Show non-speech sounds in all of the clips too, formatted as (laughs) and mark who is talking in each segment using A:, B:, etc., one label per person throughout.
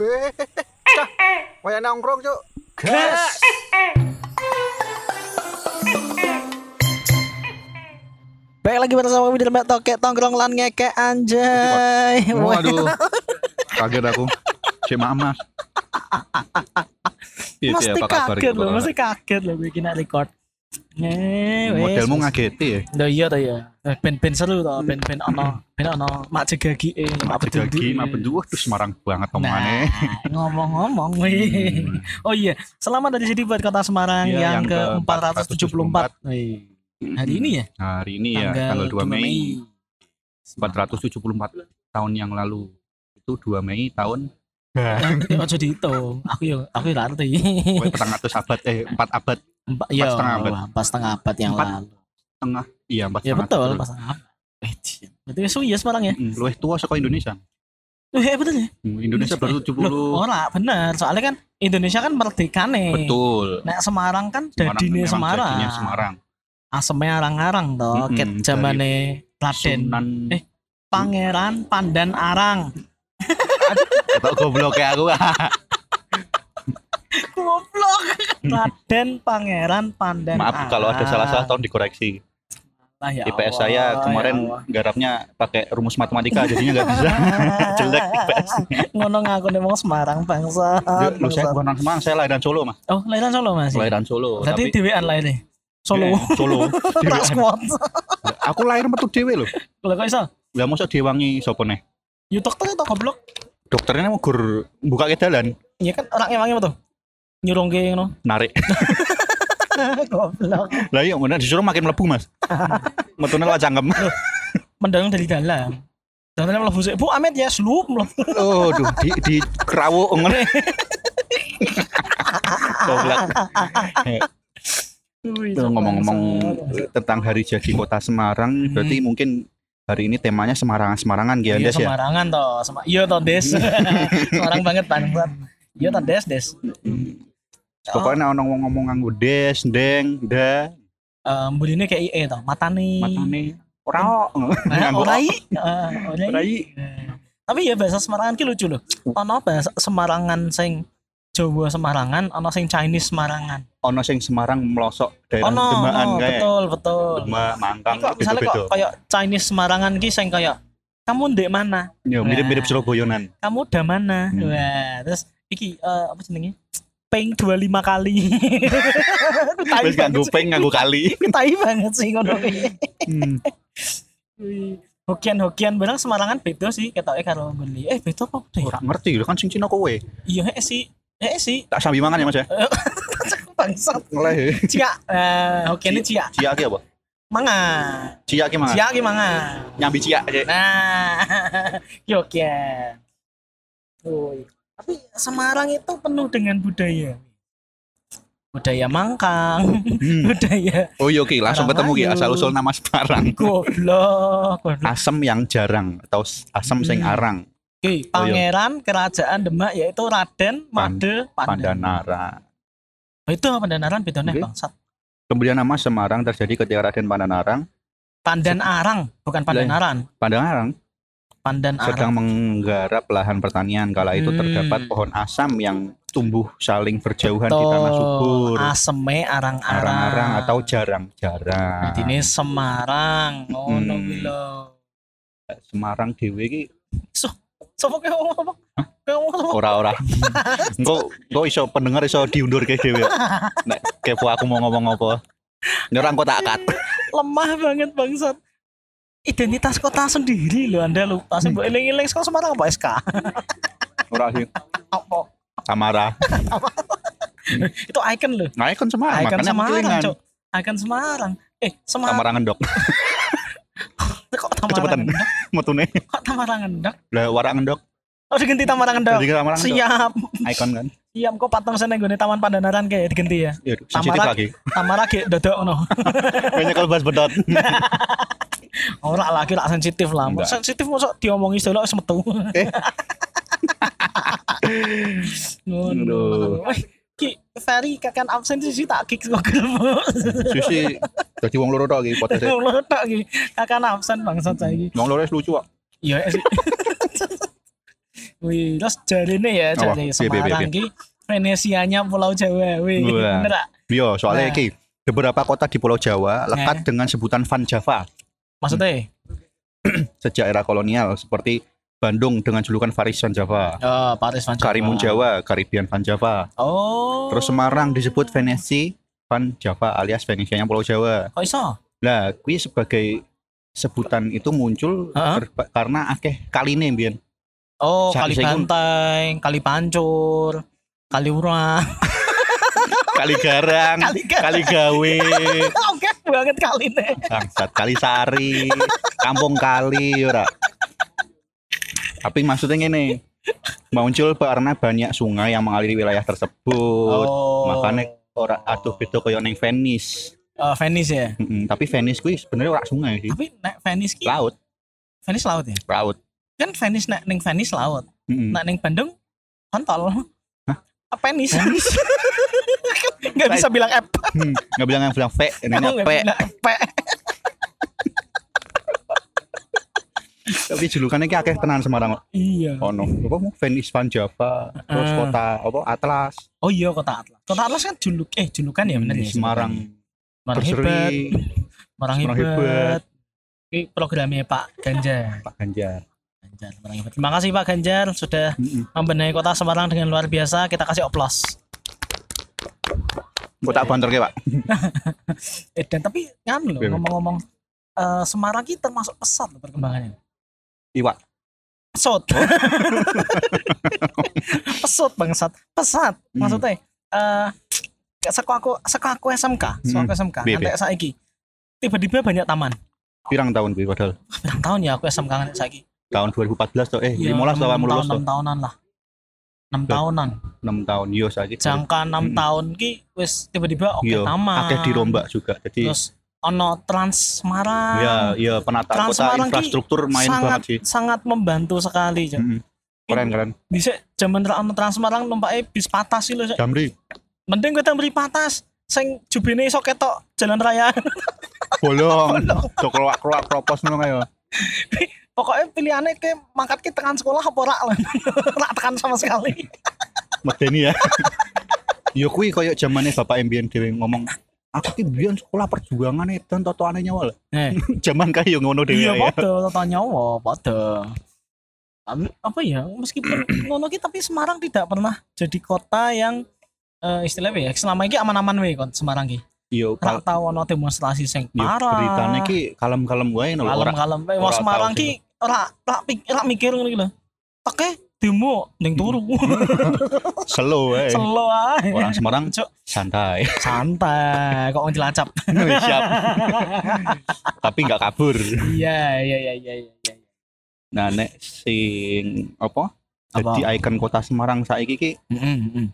A: Weh, cah, wayang nongkrong cuk.
B: Gas.
C: Baik lagi bersama kami di Lembak Tokek Tongkrong Lan Ngekek Anjay
B: Iya, Waduh. Kaget aku. Si Mama. Iya,
C: Mesti
B: apa kabar
C: kaget
B: gitu,
C: loh,
B: Pak?
C: mesti kaget loh bikin nak record Eh, wes.
B: Modelmu ngageti ya.
C: Lah iya ta ya. Eh, Ben-ben seru ta, ben-ben ono, ben ono mak jegagi eh,
B: Mak jagi, mak bendu, waduh Semarang banget
C: Nah,
B: omane.
C: ngomong-ngomong weh.
B: Hmm.
C: Oh iya, selamat dari sini buat Kota Semarang
B: Iya,
C: yang,
B: yang
C: ke-474.
B: ke-474.
C: Weh. Hari ini ya,
B: Hari ini ya tanggal 2 Mei 474 tahun yang lalu. Itu 2 Mei tahun
C: Eh, (laughs) Ojo dihitung. Aku yo aku yo ngerti.
B: Pokoknya petang atus abad eh 4 abad
C: Empat yo,
B: setengah abad.
C: Pas setengah abad yang
B: Empat
C: lalu.
B: tengah. Iya, 4
C: Ya betul, pas setengah abad. Eh, jin. berarti wis suwi ya Semarang ya?
B: Hmm, Luwih tua saka Indonesia.
C: Loh, ya betul ya?
B: Hmm, Indonesia baru
C: Loh,
B: 70.
C: ora bener. Soalnya kan Indonesia kan merdeka nih.
B: Betul.
C: Nek Semarang kan
B: Semarang
C: dadine
B: memang
C: Semarang.
B: jadinya Semarang.
C: Asemnya arang-arang toh,
B: Mm-mm,
C: ket
B: dari
C: zamane Raden
B: Sunan
C: Eh, Pangeran Pandan
B: (laughs)
C: Arang.
B: Ketok goblok kayak aku.
C: Goblok. Raden Pangeran Pandan
B: Maaf kalau ada
C: Ah.
B: salah-salah tolong dikoreksi.
C: Lah, ya Allah,
B: IPS saya
C: ya
B: kemarin
C: Allah.
B: garapnya pakai rumus matematika jadinya nggak
C: (laughs)
B: bisa. (laughs) Jelek IPS.
C: ngono ngaku nih mau Semarang bangsa
B: Lu saya bukan orang Semarang, saya lahiran Solo, Mas.
C: oh lahiran Solo mas ya?
B: Lahiran Solo.
C: berarti
B: tapi
C: dewean lahir nih Solo
B: Eh, Solo. Dewean.
C: tak squad
B: aku lahir metu dhewe lho.
C: lah kok iso
B: Lah mosok diwangi sapa neh?
C: you tok tok goblok
B: Dokternya mau gur buka ke dalan,
C: iya kan orang emangnya apa tuh nyurung ke
B: (laughs)
C: ngono
B: narik.
C: goblok
B: Lah iya, bener disuruh makin mlebu,
C: (laughs)
B: Mas. Metune lah cangkem. (laughs)
C: mendang dari dalam dalam mlebu sik bu Amet ya slup mlebu
B: Oh, duh, di di
C: (laughs)
B: kerawuk ngono. Goblok. Itu ngomong-ngomong tentang hari jadi kota Semarang
C: ya. Hmm.
B: berarti mungkin hari ini temanya Semarangan Semarangan
C: Iya,
B: Giandes ya
C: Semarangan toh, Sem- iya toh Des. (laughs) Semarang banget bangsat. Iya toh Des, Des.
B: Hmm.
C: Ya.
B: pokoknya ono ngomong ngomong nganggo des deng da
C: Eh, mburine kayak IE toh, matane.
B: matane ora (laughs)
C: Nah,
B: Nganggo
C: orai. Heeh, orai.
B: Orai.
C: Nah, oh, Tapi ya bahasa Semarangan ki lucu loh. Ono bahasa Semarangan sing Jawa Semarangan, ono sing Chinese Semarangan.
B: ono sing Semarang melosok daerah
C: Ono,
B: Demaan
C: ono,
B: kayak
C: betul, betul.
B: Demak Mangkang
C: Ini kok misalnya
B: beda-beda
C: kok kayak Chinese Semarangan ki sing kayak kamu ndek mana?
B: ya mirip-mirip
C: Nah.
B: Surabayanan
C: Kamu udah mana?
B: Hmm.
C: Wah, terus iki eh, apa jenenge? Peng 25 kali. (laughs) Tai
B: wis nganggo
C: banget sih.
B: peng nganggo
C: (laughs)
B: kali
C: Tai banget sih ngono ki.
B: Hmm.
C: Hokian-hokian barang Semarangan beda sih ketoke karo Bali. Eh, beda kok.
B: ora ngerti lho kan sing Cina kowe
C: Iya eh, sih. Eh sih.
B: tak sambil mangan ya Mas ya
C: Bangsat.
B: ngeleh
C: Cia. Eh, oke ini cia.
B: ciak ki apa
C: Mangan.
B: ciak ki mangan
C: Cia ki mangan.
B: nyambi ciak Cek.
C: Nah. (laughs) Ki oke. Woi. Tapi Semarang itu penuh dengan budaya. Budaya mangkang,
B: Hmm.
C: budaya
B: oh iya ki langsung
C: Orang
B: ketemu ki
C: Melayu.
B: asal usul nama Semarang
C: goblok, goblok.
B: asem yang jarang atau s- asem sing
C: Nah. Hmm.
B: arang
C: Oke, pangeran kerajaan Demak yaitu Raden Made Pandan.
B: Pandanara.
C: Oh, itu Pandanaran bedanya
B: Oke.
C: bangsat.
B: Kemudian nama Semarang terjadi ketika Raden Pandanarang,
C: Pandan Arang, bukan Pandanaran.
B: Pandanarang
C: Pandan
B: sedang
C: Arang.
B: menggarap lahan pertanian. Kala
C: Ah.
B: itu
C: Hmm.
B: terdapat pohon asam yang tumbuh saling berjauhan di tanah
C: Betul. Ah.
B: subur.
C: Aseme arang-arang.
B: Arang-arang atau
C: Jadi
B: jarang-jarang.
C: ini Semarang. Oh, Ngono
B: Hmm.
C: kuwi lho.
B: Semarang dhewe iki
C: Sopo kowe ngomong apa? Kowe ngomong sopo? (laughs)
B: ora-ora. Engko engko iso pendengar iso diundurke dhewe. Nek kepo aku mau ngomong apa. Nyerang kok tak
C: (laughs)
B: cut.
C: Lemah banget bangsat. Identitas kota sendiri loh Anda lupa.
B: Hmm.
C: Sing mbok eling-eling saka Semarang apa SK?
B: Ora sih.
C: Apa?
B: Samara.
C: Itu icon loh.
B: Nah, kan Semarang,
C: Icon
B: makanya kan.
C: Semarang,
B: kelingan.
C: Cok. Icon Semarang. Eh, Semarang
B: Samara ngendok
C: kok Tamarang
B: Cepetan.
C: Endok?
B: (laughs) metune.
C: Kok Tamarang Endok?
B: Lah warak ngendok
C: Oh, diganti Tamarang Endok.
B: Jadi Semarang ngendok.
C: Siap.
B: Ikon kan.
C: Siap kok patung seneng nggone Taman Pandanaran kayak diganti ya.
B: Ya, sensitif
C: Samara- (laughs)
B: lagi.
C: Tamara ge dodok ngono.
B: Banyak kalau bahas (laughs) betot.
C: Ora lagi rak sensitif Oh, lah.
B: Enggak.
C: Sensitif mosok diomongi delok wis metu. (laughs)
B: Eh.
C: Ngono.
B: Aduh.
C: Wih, Ki, Ferry kakan absen sih sih tak kick kok
B: Susi jadi wong loro tok iki podcast. e.
C: Ngono tok iki. Kakan absen bangsat saiki.
B: (laughs) Wong loro wis lucu kok.
C: Iya sih. Iya, eh, Wih, terus jarine ya,
B: Apa?
C: jare
B: Piye, piye,
C: Semarang ki
B: piye?
C: Venesianya Pulau Jawa. Wih,
B: Wah.
C: bener tak?
B: Yo, Iya, soalnya
C: Nah.
B: iki beberapa kota di Pulau Jawa lekat dengan sebutan Van Java
C: Maksudnya?
B: sejak era kolonial seperti Bandung dengan julukan Varisan Java,
C: Oh, Paris Van Java.
B: Karimun Jawa, Karibian Van Java.
C: Oh.
B: Terus Semarang disebut Venesi Van Java alias Venesianya Pulau Jawa.
C: Kok iso?
B: Nah, kui sebagai sebutan itu muncul
C: Heeh.
B: berba- karena akeh kaline mbiyen.
C: Oh,
B: Sa-
C: kali
B: saiki-
C: banteng, kali pancur, kali urang.
B: Kali Garang,
C: Kali Garang.
B: Kali Gawe,
C: Oke banget kali ini.
B: Bangsat, Kali Sari, Kampung Kali ora. Tapi maksudnya ngene. Muncul karena banyak sungai yang mengaliri wilayah tersebut.
C: Oh.
B: Makanya ora aduh beda koyo ning Venice.
C: Eh, Venice ya.
B: Mm-mm, tapi Venice kuwi sebenarnya ora sungai sih.
C: Tapi nek Venice ki
B: Laut,
C: Venice laut Nah. ya.
B: laut.
C: Kan Venice nek ning Venice laut.
B: Mm-mm.
C: Nek ning Bandung kontol.
B: Hmm. Hah?
C: Apa Venice? (laughs) Gak bisa bilang app.
B: Hmm, nggak bilang yang bilang P, ini
C: Aku nggak
B: P.
C: bilang P.
B: Tapi julukannya kayak akeh tenan Semarang.
C: Iya.
B: Oh no, apa mau Venice Van Java, terus
C: Ah.
B: kota apa Atlas,
C: Oh iya kota Atlas. Kota Atlas kan juluk eh julukan ya bener ya.
B: Semarang,
C: Semarang hebat.
B: Berseri,
C: Semarang
B: Semarang
C: hebat.
B: hebat.
C: Ini programnya Pak Ganjar.
B: Pak Ganjar.
C: Ganjar Semarang hebat. Terima kasih Pak Ganjar sudah
B: Mm-mm.
C: membenahi kota Semarang dengan luar biasa. Kita kasih oplos.
B: Kota Banter kayak Pak.
C: Eh, dan tapi kan loh
B: Iya.
C: ngomong-ngomong eh, Semarang ini termasuk pesat loh perkembangannya.
B: Iwak.
C: Pesut. (laughs) pesut bangsat. Pesat.
B: Hmm.
C: Maksudnya eh seko aku seko aku SMK, seko aku SMK.
B: Iya, iya.
C: Nanti saiki tiba-tiba banyak taman.
B: Pirang tahun gue padahal.
C: Wah, berapa tahun ya aku SMK nanti saiki?
B: Tahun 2014 tuh, eh
C: Ya,
B: 15 tuh awal
C: enam
B: lulus
C: tahun,
B: tuh.
C: enam tahunan lah. 6
B: Lah.
C: tahunan.
B: 6 tahun yo saiki.
C: Jangka 6
B: Mm-mm.
C: tahun ki wis tiba-tiba oke
B: Hmm. Iya,
C: taman.
B: Akeh dirombak juga. Jadi
C: Terus ono Trans Semarang.
B: ya ya penataan
C: Trans
B: kota
C: Semarang ki
B: infrastruktur main
C: sangat Ya.
B: banget sih.
C: sangat membantu sekali Cok.
B: Mm-mm. Keren keren.
C: bisa zaman ra- ono Trans Semarang numpake bis patas sih lho Cok.
B: Jamri
C: mending kita beri patas sing jubine iso ketok jalan raya (laughs)
B: (laughs) bolong. Cok keluak keluak propos ngono kayak.
C: pokoknya pilihannya ke mangkat ke tekan sekolah apa rak (laughs) lah rak tekan sama sekali
B: medeni ya. (laughs) Yo kuwi koyo zamane bapak mbiyen dhewe ngomong aku ki mbiyen sekolah perjuangan dan totoane (laughs) nyawa lah.
C: (laughs) Eh.
B: Zaman kaya ngono dhewe
C: iya
B: ya.
C: padha tata nyawa padha Am- apa ya
B: (clears throat)
C: meskipun ngono ki tapi Semarang tidak pernah jadi kota yang eh, istilahnya apa ya selama ini aman-aman wae kon Semarang ki
B: Yo
C: rak
B: kal-
C: tau ono demonstrasi sing
B: yo,
C: parah
B: beritane ki kalem-kalem wae lho
C: kalem
B: ora.
C: kalem eh
B: ora
C: wong
B: tau
C: Semarang
B: sih.
C: ki ora ora pik- ora mikir ngono iki lho teke demo ning
B: (laughs)
C: turu
B: Iya, Selo wae.
C: selo ae
B: Orang Semarang
C: Cuk.
B: santai.
C: santai kok ngelacap
B: Siap. (laughs) Tapi nggak kabur.
C: iya iya iya iya iya iya.
B: Nah nek sing apa?
C: Apa?
B: Jadi ikon kota Semarang saiki ki
C: Mm, mm, mm.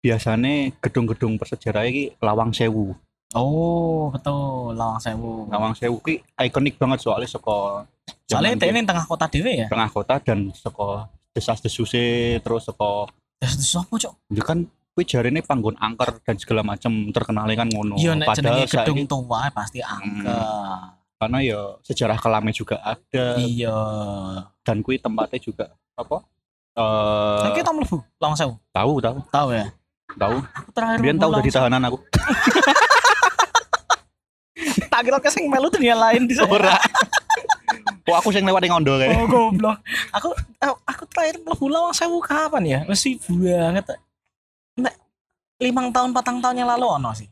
B: biasane gedung-gedung bersejarah iki Lawang Sewu.
C: oh betul lawang sewu
B: Lawang Sewu ki ikonik banget soalnya saka
C: soalnya
B: zaman
C: dia ini tengah kota dewe ya
B: tengah kota dan seko desas desuse terus seko
C: ya itu apa cok
B: ya kan kuwi jarene panggon angker dan segala macam terkenal kan ngono
C: iya nek jenenge
B: saiki-
C: gedung tua pasti angker
B: karena ya sejarah kelamnya juga ada
C: iya
B: dan kuwi tempatnya juga apa
C: Saya
B: eh
C: Nah, kita mlebu lawang sewu
B: tahu tahu
C: tahu ya
B: tahu
C: aku terakhir
B: biar
C: mlebu
B: tahu
C: Lawang
B: dari
C: Sewu.
B: tahanan aku
C: tak kira kesing melu dunia lain
B: (laughs)
C: di sana. (laughs)
B: ora kok aku sing lewat ning ondo kae (laughs)
C: Oh goblok. Aku aku, aku terakhir mlebu lawang sewu kapan ya? Mesti banget. Nek limang tahun patang tahun yang lalu ono sih.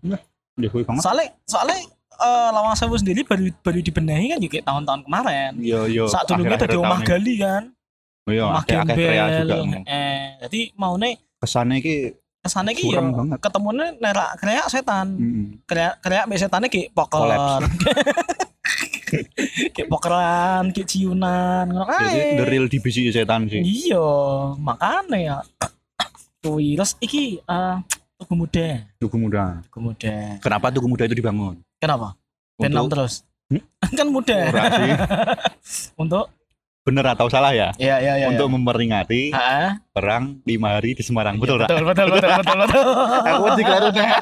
B: ya kuwi banget
C: Soalnya soalnya eh, lawang sewu sendiri baru baru dibenahi kan juga tahun-tahun kemarin.
B: yo yo
C: Saat dulu kita di omah gali kan,
B: yo
C: omah
B: akeh akeh kreasi Iya, juga
C: gembel. Eh, jadi mau nih
B: kesannya ki
C: kesana ki
B: Suram
C: yo
B: banget.
C: ketemunya nerak kreak setan,
B: mm,
C: kreak kreak mbek setane ki poker, (laughs)
B: Kolaps.
C: ki pokeran, ki ciunan, ngono kae.
B: jadi the real divisi setan sih
C: Iya, makanya ya. Kuwi terus iki eh tugu muda,
B: Tugu Muda
C: tugu muda.
B: kenapa Tugu Muda itu dibangun
C: Kenapa? Ben nom terus.
B: Hmm?
C: (laughs) kan muda.
B: Ora
C: (laughs)
B: sih.
C: Untuk
B: bener atau salah ya
C: ya ya ya.
B: untuk memperingati
C: Heeh.
B: perang lima hari di Semarang betul Ra?
C: Iya, Betul betul betul betul
B: (laughs)
C: betul.
B: aku juga
C: (laughs)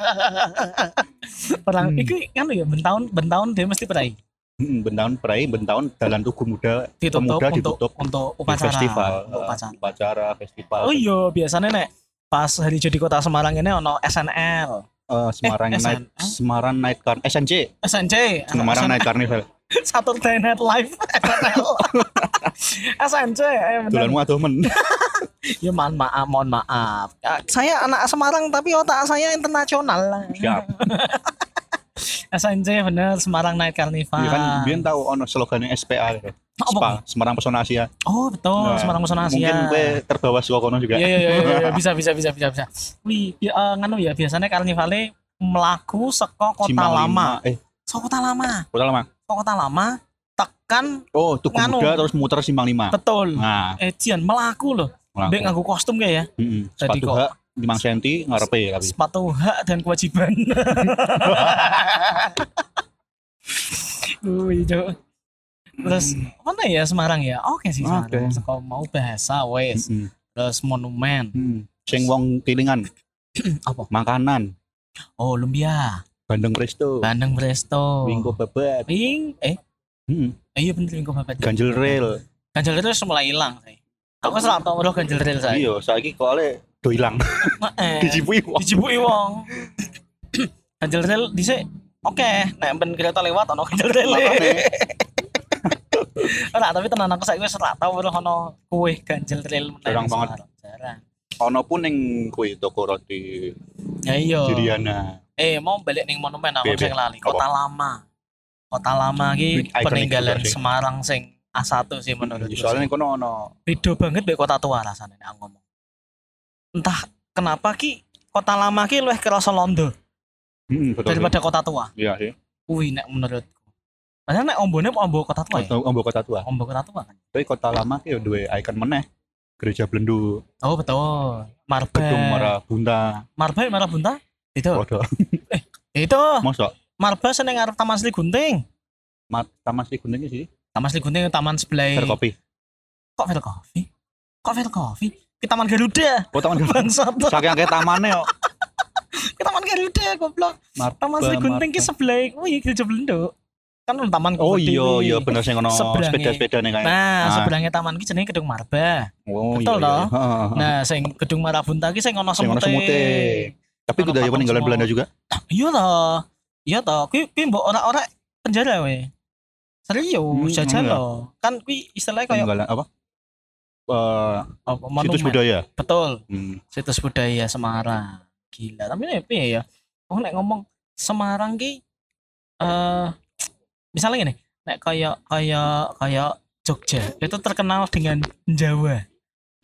C: Perang
B: Hmm.
C: iki kan ya ben tahun ben tahun dia mesti perai.
B: Hmm, bentaun perai, bentaun dalan tugu muda
C: ditutup
B: Pemuda
C: untuk
B: ditutup
C: untuk
B: di
C: upacara.
B: festival,
C: Untuk upacara.
B: Eh, upacara festival.
C: Oh iya, biasanya nek pas hari jadi kota Semarang ini ono SNL,
B: Eh, Semarang
C: Eh,
B: Night
C: SN.
B: Semarang Night Car SNC
C: SNC,
B: Semarang Night Carnival.
C: (laughs) Saturday Night Live, (laughs) SNL, SNC, eh, bener.
B: Dolanmu atuh (laughs) men.
C: Ya mohon maaf, mohon maaf. Ya, Saya anak Semarang tapi otak saya internasional lah.
B: Siap.
C: SNC bener Semarang Night Carnival.
B: Iya kan biyen tahu ono slogannya SPA gitu.
C: Apa?
B: SPA, Semarang Pesona Asia.
C: Oh betul,
B: Nah,
C: Semarang Pesona Asia.
B: Mungkin gue ya. terbawa saka kono juga.
C: Iya iya iya iya, iya, bisa bisa bisa bisa bisa. Wih, bi- eh, nganu ya biasanya karnivale melaku seko kota
B: (laughs) Simpang
C: lama.
B: lima. Eh,
C: Seko kota lama.
B: kota lama.
C: Seko kota lama tekan
B: Oh, Tugu
C: Nganu.
B: Muda terus muter Simpang 5.
C: betul.
B: Nah,
C: Eh Jian melaku loh.
B: melaku.
C: Bek nganggo kostum kayak ya.
B: Mm-mm.
C: Jadi
B: Sepatu
C: kok-
B: hak 5 cm ngarepe ya tapi.
C: Sepatu hak dan kewajiban. Wih, Cuk. Terus mana ya Semarang ya? Oke sih Semarang.
B: Oke.
C: Seko mau bahasa wes.
B: Mm-mm.
C: Terus monumen.
B: Mm. Sing wong tilingan
C: (clears throat) Apa?
B: makanan
C: Oh, lumpia.
B: bandeng presto,
C: Bandeng Presto.
B: wingko babat,
C: Wing eh
B: Mm.
C: Eh, Iya bener lingkup babat.
B: ganjel rel.
C: ganjel itu wis mulai hilang saya. Aku serap tau roh ganjel rel saya.
B: Iya, saiki kok ale do ilang.
C: Eh,
B: (laughs) Dijibui wong.
C: Dijibuki wong. ganjel rel dhisik oke, nek ben kereta lewat ono ganjel rel. (laughs) Ora, tapi tenan aku saiki wis ora tau roh ono kuwe ganjel rel meneh.
B: Jarang banget.
C: Jarang.
B: Ono pun ning kuwi toko roti
C: Ya iya.
B: Oh. Diriana.
C: Eh, mau balik ning monumen aku
B: Iya,
C: sing
B: iya.
C: lali, Kota Lama. Kota Lama ki
B: Ini ikonik
C: peninggalan
B: juga sih. Iya,
C: Semarang sing A1 sih menurut
B: Soalnya kono ono
C: beda banget be kota tua rasanya nek aku ngomong entah kenapa ki kota lama ki luwih kerasa londo
B: Mm, betul.
C: daripada kota tua
B: Iya sih.
C: kuwi nek menurutku padahal nek ombone apa ombo kota tua ya
B: Kota Ombo kota tua.
C: ombo kota tua kan
B: Tapi kota lama ki yo duwe ikon meneh. Gereja Blendu,
C: oh betul
B: Gedung
C: marba
B: Marabunta.
C: marba marah bunta itu
B: Waduh,
C: itu
B: (laughs) mosok
C: marba seneng ngarep taman Sri Gunting
B: Mat Taman Sri Gunting sih.
C: taman Sri Gunting taman sebelah
B: Fair kopi.
C: kok Fair Coffee kok Fair Coffee ke taman Garuda (laughs)
B: Oh, taman (laughs)
C: bangsat
B: saking akeh tamane yo.
C: ke taman Garuda goblok
B: Marba,
C: taman Sri Gunting ki
B: Marba.
C: sebelah kuwi gereja Belendo kan taman
B: Oh
C: gede
B: iya,
C: kuwi.
B: iya bener sing ono
C: Seberangi.
B: sepeda-sepeda nih kayak.
C: Nah,
B: Ah.
C: seberangnya taman ki jenenge Gedung Marba.
B: Oh
C: betul
B: iya.
C: toh?
B: iya. Heeh.
C: Nah, sing Gedung Marabunta ki sing ono
B: Sing ono
C: semute.
B: semute. Tapi
C: ono
B: kudu ya
C: patung
B: peninggalan
C: semua.
B: Belanda juga.
C: Iya toh. Iya toh. Kuwi kuwi mbok ora-ora penjara we. Serius,
B: Hmm,
C: jajan
B: iya.
C: loh. Kan kuwi istilahnya kayak
B: Peninggalan apa? Eh,
C: apa
B: situs
C: monumen.
B: budaya.
C: Betul,
B: Hmm.
C: situs budaya Semarang. Gila, tapi nek piye ya? Oh nek ngomong Semarang ki eh misalnya gini, nek kayak kayak kayak Jogja itu terkenal dengan Jawa.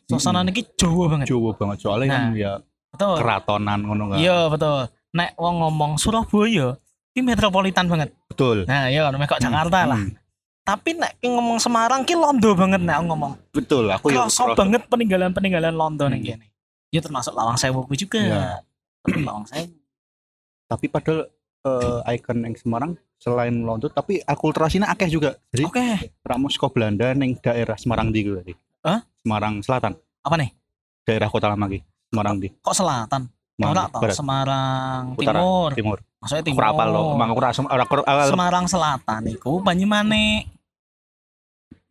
C: Suasana ini Jawa banget.
B: Jawa banget soalnya kan
C: Nah.
B: ya
C: Betul.
B: keratonan ngono kan.
C: Iya betul. Nek wong ngomong Surabaya, ini metropolitan banget.
B: Betul.
C: Nah, ya kan kok Jakarta lah.
B: Hmm.
C: Tapi nek ki ngomong Semarang ki londo banget nek aku ngomong.
B: Betul, aku ya
C: Kerasa
B: kerasa.
C: banget peninggalan-peninggalan londo ning
B: Hmm.
C: kene. Ya termasuk Lawang Sewu ku juga.
B: Iya.
C: Termasuk Lawang Sewu.
B: Tapi padahal eh, ikon yang Semarang selain Londo tapi akulturasinya akeh juga. Jadi
C: Oke,
B: Ramus ke Belanda ning daerah Semarang di tadi.
C: Hah?
B: Semarang Selatan,
C: apa nih?
B: daerah kota lama iki. Semarang di
C: Kok selatan? Ora
B: Semarang
C: toh,
B: Barat,
C: Semarang
B: Utara.
C: Timur.
B: Timur.
C: Maksudnya Timur.
B: Ora apal lo, emang aku ora sem- ora ora- ora-
C: Semarang Selatan iku Banyumanik.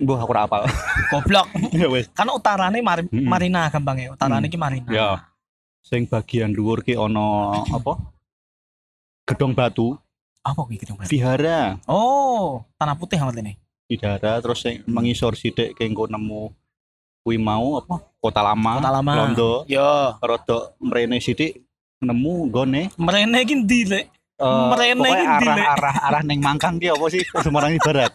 B: Mbah, aku ora apal. (laughs)
C: Goblok.
B: Ya wes.
C: Karena utarane mari,
B: Mm-mm.
C: Marina gampangnya. Utarane ki Marina.
B: Ya. Sing bagian dhuwur ki ono apa? Gedong batu,
C: Apa kuwi gedung Barat?
B: vihara,
C: Oh, Tanah Putih amat ini.
B: Bidara terus sing mengisor sithik kengko nemu kuwi mau apa kota lama
C: Kota Lama.
B: Londo
C: Yo.
B: Iya. rada mrene sithik nemu gone
C: Merene iki ndi lek?
B: eh,
C: Mrene
B: pokoknya
C: iki ndi,
B: arah
C: Lek?
B: arah arah ning Mangkang ki apa sih Semarang ini barat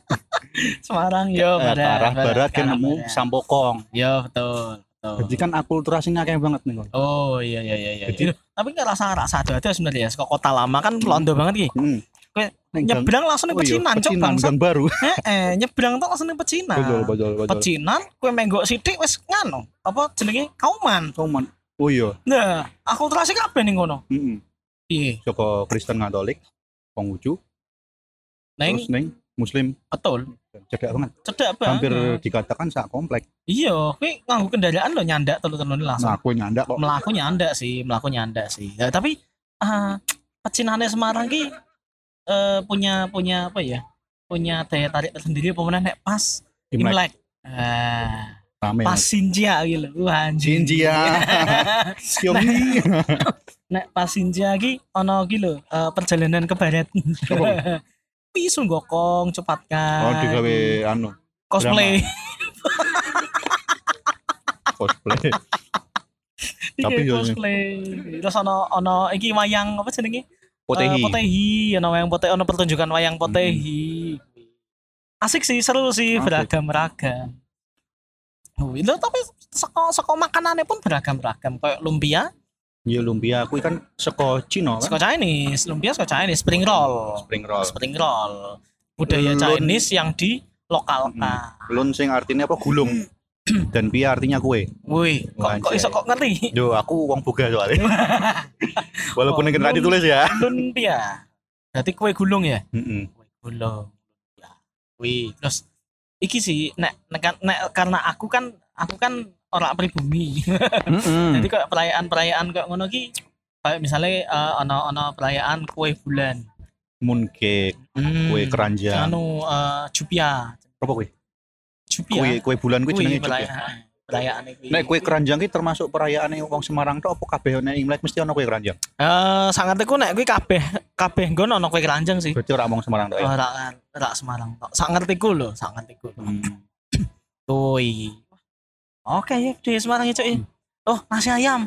C: Semarang yo
B: Eh, ke arah barat kan nemu
C: barat.
B: Sampokong
C: Yo Iya, betul. betul.
B: jadi kan akulturasinya akeh banget nih Kon.
C: Oh iya iya iya iya. Jadi,
B: Jadi-
C: tapi nggak rasa rasa ada ada sebenarnya ya. Kok kota lama kan londo banget ki.
B: hmm.
C: Kayak
B: Ning gang-
C: Nyebrang langsung ning
B: oh iya,
C: pecinan cok
B: Pecinan,
C: bangsa.
B: gang baru
C: Heeh, nyebrang tok langsung ning pecinan.
B: betul betul betul
C: Pecinan kowe menggok sithik wis ngano. Apa jenenge Kauman.
B: Cuman, oh iya
C: Nah, aku terasa kabeh ning Iya, ngono.
B: heeh
C: Piye?
B: Joko Kristen Katolik Konghucu terus
C: Neng
B: ning Muslim
C: nah betul.
B: cedak banget
C: Cedak banget.
B: hampir dikatakan sak komplek
C: Iya, kowe nganggo kendaraan lho nyandak telu-telu langsung.
B: nah aku nyandak kok
C: melaku nyandak sih melaku nyandak sih Ya, tapi ah, pecinane Semarang ki eh, punya punya apa ya punya daya tarik tersendiri pemenang nek pas
B: Imlek
C: Imlek. Ah,
B: rame.
C: pas Sinja gitu lho. Wah, anjing. (laughs)
B: Jinjia. Xiaomi.
C: Nek pas Sinja iki ana iki lho, eh, perjalanan ke barat. (laughs) Pisun gokong cepat kan.
B: Oh, digawe anu
C: cosplay.
B: cosplay. Tapi
C: Iki (laughs)
B: yo-
C: cosplay. Terus ana ana iki wayang apa jenenge?
B: Potehi.
C: Eh, potehi, ana wayang potehi, ana pertunjukan wayang potehi. Asik sih, seru sih,
B: Asik.
C: beragam-ragam. Oh, itu tapi seko seko makanannya pun beragam-ragam kayak lumpia,
B: Ya lumpia aku kan seko Cina kan.
C: seko Chinese, lumpia seko Chinese, spring roll,
B: Spring roll.
C: spring roll, budaya
B: Lun-
C: Chinese yang dilokalkan.
B: Lun sing artinya apa gulung.
C: Hmm.
B: Dan pia artinya kue.
C: Wih, kok, kok
B: Anjay.
C: iso kok ngerti?
B: Yo aku wong boga soalnya.
C: Oh,
B: Walaupun yang tadi tulis ya.
C: (laughs) lumpia. Berarti kue gulung ya?
B: Mm-mm.
C: kue gulung ya wih terus iki sih nek, nek, nek karena aku kan aku kan orang pribumi
B: Hmm.
C: jadi kayak perayaan perayaan kayak ngono ki kayak misalnya eh, ono ono perayaan kue bulan
B: Mooncake,
C: Hmm.
B: kue keranjang.
C: anu eh, jupia
B: Apa kue?
C: jupia
B: Kue kue bulan kue jenenge juga.
C: perayaan perayaan iki
B: Nek kue keranjang ki termasuk perayaan wong Semarang tok apa kabeh nek Imlek mesti ana kue keranjang.
C: Eh, sangat iku nek kuwi kabeh kabeh nggon ono kue keranjang sih
B: Berarti ora wong Semarang tok. ya?
C: ora ora Semarang tok sangat iku lho sangat iku
B: Hmm.
C: Tui. Oke ya, di Semarang ya cok ya.
B: Hmm.
C: Oh, nasi ayam.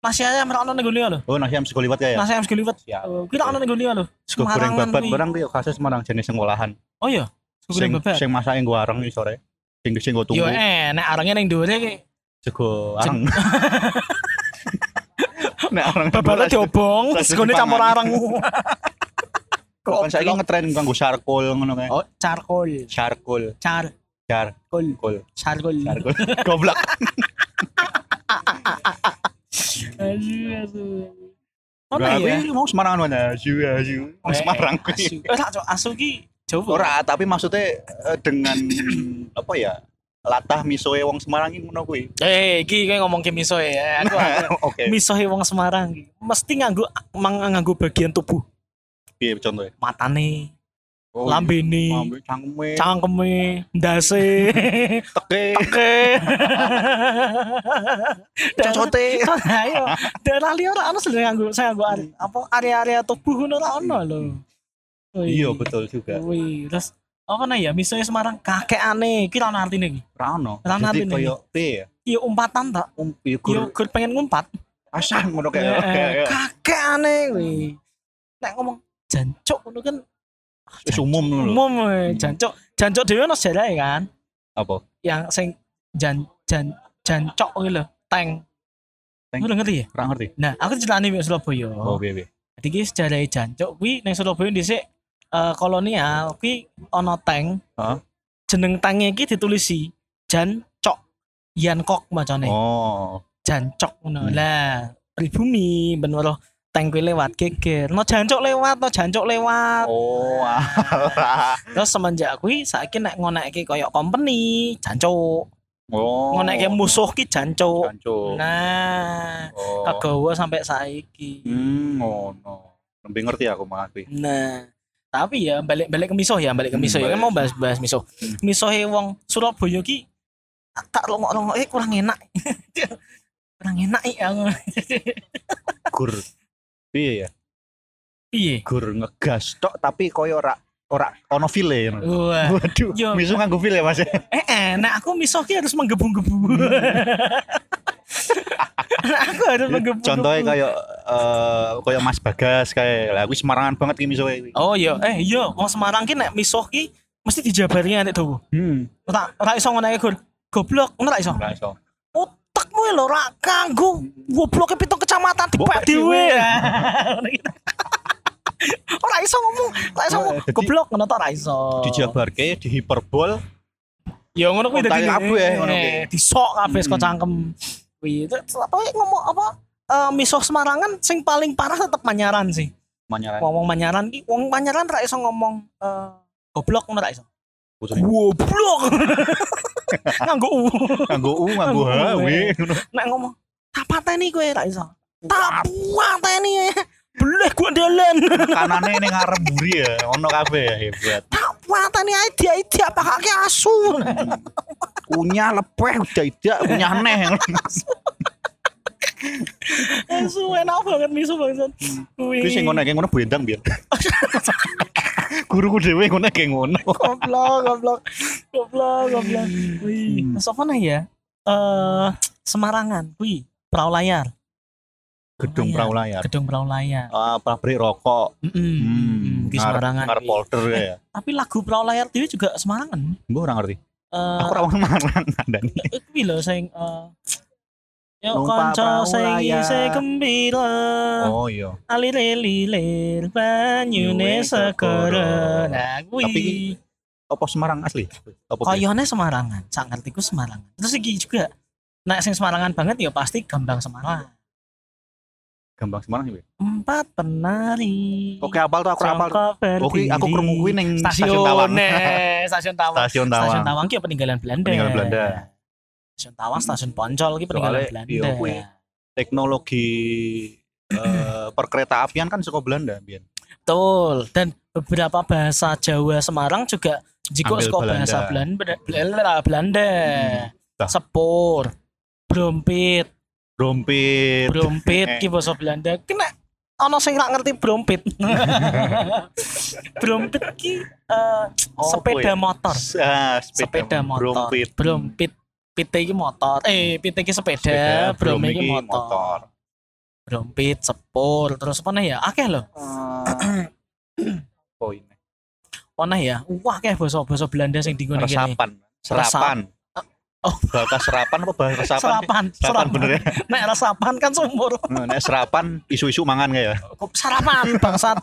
C: Nasi ayam ora ono ning gone lho.
B: Oh, nasi ayam sego liwet kaya.
C: Nasi ayam segi liwet.
B: Siap.
C: Oh, Kuwi ora ono ning gone lho.
B: Sego goreng
C: Semarangan
B: babat
C: kuwi.
B: barang kuwi khas Semarang jenis sing olahan.
C: Oh iya, segi goreng
B: Sing
C: babat.
B: sing masake nggo areng iki sore. Sing sing nggo
C: Yo
B: tunggu
C: enak arangnya ning dhuwure iki.
B: sego areng. ah. (laughs) Nek areng
C: Babatnya diobong,
B: Terus
C: segone
B: dipangan.
C: campur
B: (laughs)
C: arang.
B: Kan saiki
C: Goblok.
B: ngetren nganggo charcoal ngono kae.
C: Oh, charcoal.
B: Charcoal,
C: Charcoal.
B: charcoal,
C: Charcoal. (laughs)
B: charcoal. Goblok.
C: Aduh, aduh. Ono
B: Nah,
C: ya.
B: kuwi mau Semarang anu ana. Asu asu. Wong
C: Eh,
B: Semarang kuwi.
C: Asu. Eh, ora cok, asu ki Jawa.
B: Ora, tapi maksudnya eh,
C: (clears throat)
B: dengan apa ya? Latah misoe wong Semarang iki ngono kuwi.
C: Eh, iki kowe ngomong ke miso ya. Aku aku-
B: (laughs) Oke,
C: misohi wong Semarang iki. mesti nganggo mang- nganggo bagian tubuh
B: piye contohnya?
C: matane
B: Oh,
C: lambene
B: Lambe cangkeme,
C: cangkeme ndase
B: teke,
C: teke
B: (laughs) cocote.
C: (laughs) ayo daerah liya ora ono sebenarnya nganggo saya nganggo are- apa area-area tubuh ngono ora ono lho
B: Iya, betul juga.
C: wih terus apa nah ya misohi Semarang kakek aneh iki ora ono artine iki
B: Rano.
C: Rano apa
B: Jadi
C: ini?
B: koyo piye ya?
C: iya umpatan tak iya
B: Umpi gur
C: gur pengen ngumpat
B: asah ngono kayak
C: Eh,
B: kayak- kayak-
C: kakek aneh kuwi nek ngomong jancuk ngono kan
B: wis umum lho.
C: umum eh, jancuk jancuk dhewe ono sejarahe kan
B: Apa?
C: yang sing jan jan jancok kuwi lho tank
B: Tank.
C: Lu ngerti ya?
B: Ora ngerti.
C: Nah, aku ceritane mbek Surabaya.
B: Oh, piye piye.
C: Jadi ki sejarahe jancuk kuwi ning Surabaya dhisik eh, kolonial kuwi ana tank.
B: Heeh.
C: Jeneng tank iki ditulisi jancok. Yankok macane.
B: Oh.
C: jancok ngono
B: Hmm.
C: lah pribumi ben weruh tank kuwi lewat geger no jancok lewat no jancok lewat
B: Oh, alah.
C: terus semenjak kuwi saiki nek ngonekke koyo company jancok
B: (laughs) Oh.
C: ngonekke musuh ki jancok
B: Jancuk.
C: nah
B: Oh.
C: kagawa sampai saiki
B: Hmm, ngono. Lebih ngerti aku malah kuwi.
C: nah tapi ya balik-balik ke misoh ya balik ke
B: Hmm,
C: misoh ya kan
B: balik.
C: mau bahas-bahas misoh misohe wong Surabaya ki tak longok-longok eh kurang enak (laughs) kurang enak ya
B: Gur. Piye ya?
C: piye
B: Gur ngegas tok tapi koyo ora ora ono file. ngono.
C: wah
B: Waduh,
C: Yo.
B: misu nganggo file ya, Mas.
C: Eh, enak aku misoki harus menggebu-gebu. (laughs) aku harus menggebu.
B: Contohnya kayak eh kayak Mas Bagas kayak lah aku Semarangan banget ki misu kuwi.
C: Oh iya, eh iya, wong Semarang ki nek misoh ki mesti dijabari nek dawa.
B: Hmm, Oh.
C: Ora ora iso ngono gur. Goblok, ngono ora iso.
B: ora iso.
C: Otakmu lho ora kanggo gobloke pitung kecamatan dipek
B: Bopek
C: dhewe. (laughs) Ora iso ngomong, ora iso ngomong.
B: Oh, jadi-
C: Goblok ngono ta ora iso.
B: Dijabarke, dihiperbol,
C: Ya ngono kuwi dadi
B: Kontak kabeh, ya, ngono kuwi.
C: eh, Disok kabeh saka
B: Hmm.
C: cangkem. Kuwi itu apa ngomong apa eh, misoh Semarangan sing paling parah tetep manyaran sih.
B: manyaran.
C: Wong-wong manyaran ki wong manyaran ra iso ngomong eh, goblok ngono ra iso.
B: Khususnya
C: Goblok.
B: (laughs)
C: Nganggo u.
B: nganggo u, nganggo h,
C: Nganggo U,
B: we.
C: Nek ngomong tak pateni kowe ra iso. Tak pateni. Beleh gua dalan. (laughs)
B: Kanane ning ngarep mburi ya, ono kabeh ya, hebat.
C: Tak matane ae dia-dia pakake asu.
B: punya lepeh udah tidak punya
C: (laughs)
B: aneh
C: asu enak banget miso bangsat. Kuwi.
B: kuwi sing Hmm. ngono kayak ngono bendang
C: (laughs)
B: biar guruku dhewe ngono kayak ngono
C: Oh, iya. goblok goblok goblok goblok wih
B: Hmm.
C: sopo nah ya eh Semarangan wih perahu layar
B: gedung
C: Layar.
B: perahu layar
C: gedung perahu layar
B: Ah, pabrik rokok
C: mm -mm.
B: ngarep-
C: Semarangan
B: Hmm. ngarep
C: kuwi.
B: polder ya
C: tapi lagu perahu layar itu juga Semarangan
B: mbok ora ngerti
C: Eh,
B: aku ora wong (laughs) marang kandani
C: eh, kuwi lho sing eh Yo
A: Numpak
C: kanca
A: perahu
C: sing
A: layar.
C: isih gembira
B: ya. oh iya
C: alire lilir banyune
B: Yuwe
C: segara
B: segara.
C: nah
B: Tapi iki
C: kuwi
B: apa Semarang asli apa kuwi?
C: koyone Semarangan sak ngertiku Semarangan terus iki juga nek sing Semarangan banget ya pasti Gambang Semarang
B: Gambang Semarang iki
C: empat penari
B: oke apal tuh aku apal
C: Jongkok
B: oke
C: berdiri.
B: aku krungu kuwi ning
C: stasiun Tawang eh, stasiun Tawang
B: (laughs) stasiun
C: stasiun Eh.
B: Tawang
C: Tawang ki peninggalan Belanda
B: Peninggalan Belanda.
C: stasiun Tawang stasiun Poncol ki peninggalan
B: Soalnya,
C: Belanda
B: iya, kuwi. teknologi eh, perkereta apian kan saka Belanda biyen
C: betul dan beberapa bahasa Jawa Semarang juga jiko
B: Ambil
C: saka bahasa Belanda Hmm, Belanda, Belanda.
B: Tah.
C: sepur brompit (laughs)
B: dompet
C: brompit ki basa Belanda kena ana sing ra ngerti brompit (laughs) brompit ki eh,
B: Apa
C: sepeda
B: ya?
C: motor
B: Ah,
C: sepeda motor
B: Brompet.
C: brompit pit iki motor eh pit iki sepeda,
B: Sepeda,
C: brom
B: brom
C: iki
B: iki
C: motor, (coughs)
B: motor.
C: brompit sepur terus apa nih ya akeh lho
B: Oh, ini.
C: ana ya wah akeh basa-basa Belanda sing dienggo ning kene
B: resapan serapan
C: Oh. (laughs)
B: bahasa serapan apa bahasa resapan
C: sarapan
B: serapan bener ya
C: nek resapan kan sumur
B: nek serapan isu-isu mangan kayak ya
C: Kok sarapan bangsat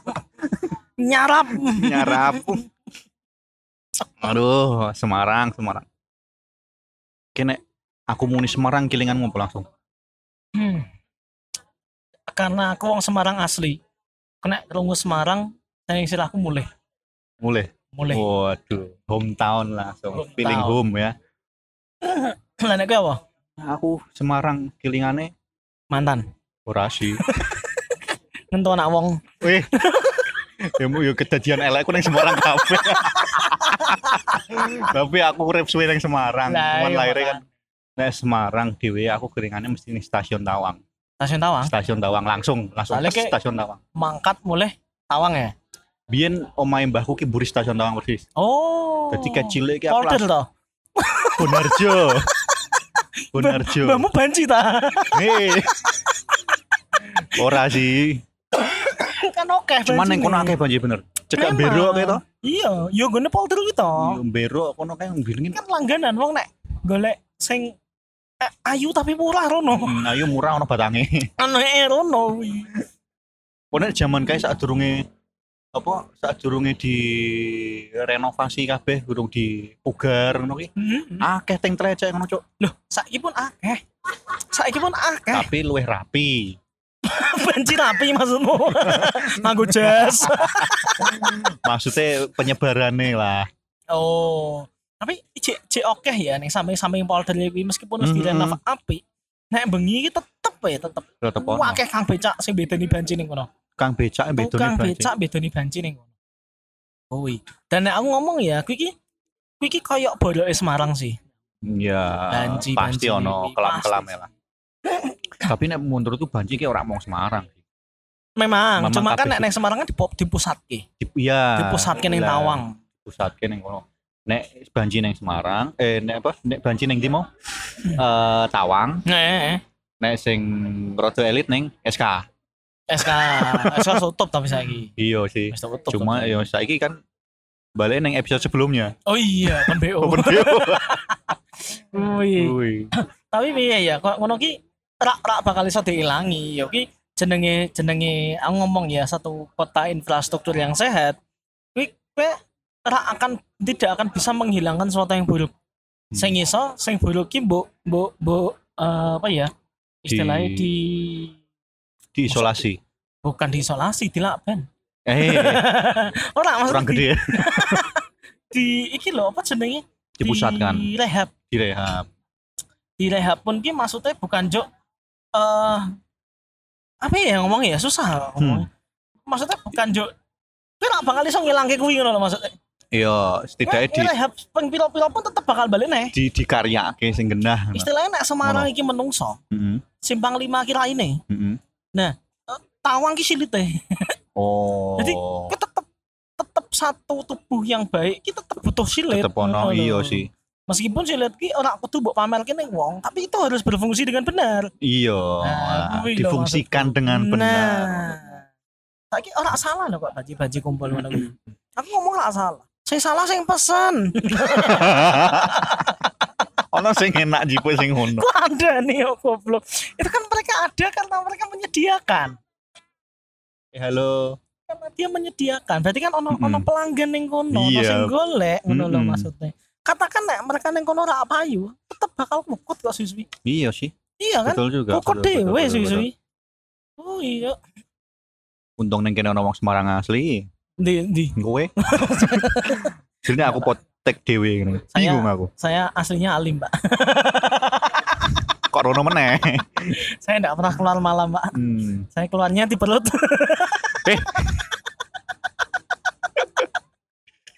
C: (laughs) nyarap
B: nyarap aduh Semarang Semarang kene aku muni Semarang kilingan ngumpul langsung
C: Hmm. karena aku wong Semarang asli kena rungu Semarang saya istilah aku mulai
B: mulai
C: mulai
B: Oh. waduh hometown langsung
C: Hometown.
B: feeling home ya
C: lah nek kuwi apa
B: aku Semarang kilingane
C: mantan
B: ora sih
C: ngentu anak wong
B: Wih. Kamu yo Ya, kejadian elekku nang Semarang
C: (laughs)
B: kabeh. Tapi aku urip suwe nang Semarang.
C: Lah,
B: Cuman
C: iya,
B: lahirnya kan nek Semarang dhewe aku keringannya mesti ning stasiun Tawang.
C: stasiun Tawang
B: Stasiun Tawang langsung, langsung
C: Soalnya
B: ke
C: kayak-
B: stasiun Tawang.
C: mangkat mulai Tawang ya
B: Biyen omahe mbahku ki mburi stasiun Tawang persis.
C: oh
B: Dadi kecil iki aku
C: Polder
B: langsung
C: toh (laughs)
B: Bonarjo. Bonarjo.
C: Mbakmu banci ta
B: Hei. Ora sih.
C: kan oke
B: Cuman
C: banci
B: ning kono
C: nih.
B: akeh banjir bener. Cekak
C: Memang.
B: berok kae to.
C: iya yo gone Polder kuwi toh
B: Iya, Berok kono kae ngbilingin
C: kan langganan wong nek golek sing eh, ayu tapi murah rono
B: Hmm, ayo murah ono batange.
C: aneh eh, rono kuwi.
B: Pokoknya zaman kayak saat durunge apa saat durunge di renovasi kabeh durung dipugar ngono ki.
C: Hmm.
B: Akeh teng trecek ngono cuk,
C: Loh, saiki pun akeh. Saiki pun akeh.
B: tapi luwih rapi.
C: Banci rapi maksudmu. (laughs) Nganggo jas.
B: Maksudnya penyebarannya lah.
C: Oh. Tapi cek cek oke ya ning samping-samping polder kuwi meskipun wis
B: Mhm.
C: direnov apik. Nek bengi iki tetep ya tetep.
B: Tetep ono.
C: Wah, akeh kang becak sing bedeni banci ning kono.
B: Kang becak bedone
C: Tukang
B: banjir.
C: becak bedoni banci ning kono. Kuwi. Dan nek aku ngomong ya, kuwi iki kuwi iki koyo bodoke Semarang sih.
B: Ya,
C: Banci banci
B: pasti ono
C: kuwi,
B: kelam-kelame
C: pasti.
B: lah. Tapi nek menurutku banci ki ora mong Semarang.
C: Memang, Ah,
B: Memang
C: cuma kan
B: kabeh
C: nek ning Semarang kan dipop dipusatke.
B: Di- Iya.
C: Dipusatke ning
B: Lah,
C: Tawang.
B: pusatke ning kono. Nek banci ning Semarang, eh nek apa? Nek banci ning ndi mau? Eh Tawang,
C: Heeh.
B: nek sing rada elit ning SK.
C: SK, SK tutup tapi saiki.
B: Iya sih.
C: Wis tutup.
B: Cuma
C: tapi.
B: yo saiki kan balik ning episode sebelumnya. (laughs)
C: Oh iya, kan BO. (laughs)
B: Open (laughs) view.
C: Wih.
B: Wui.
C: iya. Tapi piye ya, kok ngono ki rak rak bakal iso diilangi. Yo ki jenenge jenenge aku ngomong ya satu kota infrastruktur yang sehat. Kuwi kuwi rak akan tidak akan bisa menghilangkan sesuatu yang buruk.
B: Hmm.
C: Sing iso, sing buruk ki mbok mbok mbok eh, apa ya? Istilahnya
B: Di-
C: di
B: Diisolasi.
C: bukan diisolasi, dilakban.
B: (laughs) Eh,
C: Ora maksud
B: kurang gede ya.
C: di iki lho apa jenenge?
B: (laughs) Dipusatkan,
C: Direhab.
B: direhab.
C: direhab pun ki maksudnya bukan jok eh apa ya ngomong
B: Hmm.
C: ya susah ngomong. Maksudnya bukan jok kowe ora bakal iso ngilangke kuwi ngono lho maksudnya.
B: Iya, setidaknya di
C: Nah, rehab peng piro-piro pun tetep bakal balik nih.
B: di dikaryake sing genah. Mm-hmm.
C: Istilahnya nek Semarang iki menungso,
B: Heeh,
C: simpang lima kira ini,
B: heeh.
C: tawang ki silit deh.
B: Oh.
C: Jadi, Kita tetep tetep satu tubuh yang baik, kita tetep butuh silit.
B: tetep ono
C: Ngono
B: iya
C: lho.
B: sih.
C: Meskipun silit ki ora kudu mbok pamerke ning wong, tapi itu harus berfungsi dengan benar.
B: Iya,
C: Nah, kuwi lho
B: difungsikan dengan benar.
C: Nah. Saiki ora salah lho kok baji-baji kumpul ngono
B: (clears throat)
C: kuwi. Aku ngomong ora salah. Sing salah sing pesen. (laughs)
B: ono sing enak jipe sing ngono.
C: Kok ada nih oh, goblok. Itu kan mereka ada karena mereka menyediakan.
B: Eh, Halo.
C: karena dia menyediakan berarti kan ono
B: Mm-mm.
C: ono pelanggan yang kono ono
B: Iya.
C: sing golek ngono lho
B: Mm-mm.
C: maksudnya katakan nek mereka ning kono ora payu tetep bakal mukut kok suwi
B: Iya sih,
C: iya kan
B: betul juga.
C: mukut
B: betul, betul,
C: dhewe
B: betul, betul.
C: suwi oh iya
B: Untung ning kene ono wong Semarang asli.
C: di di (laughs)
B: Kowe. Jadi aku potek dhewe ngene.
C: Saya-
B: Bingung aku.
C: saya aslinya alim mbak (laughs)
B: Kok rono meneh.
C: saya enggak pernah keluar malam mbak
B: Hmm.
C: saya keluarnya di perut
B: Eh.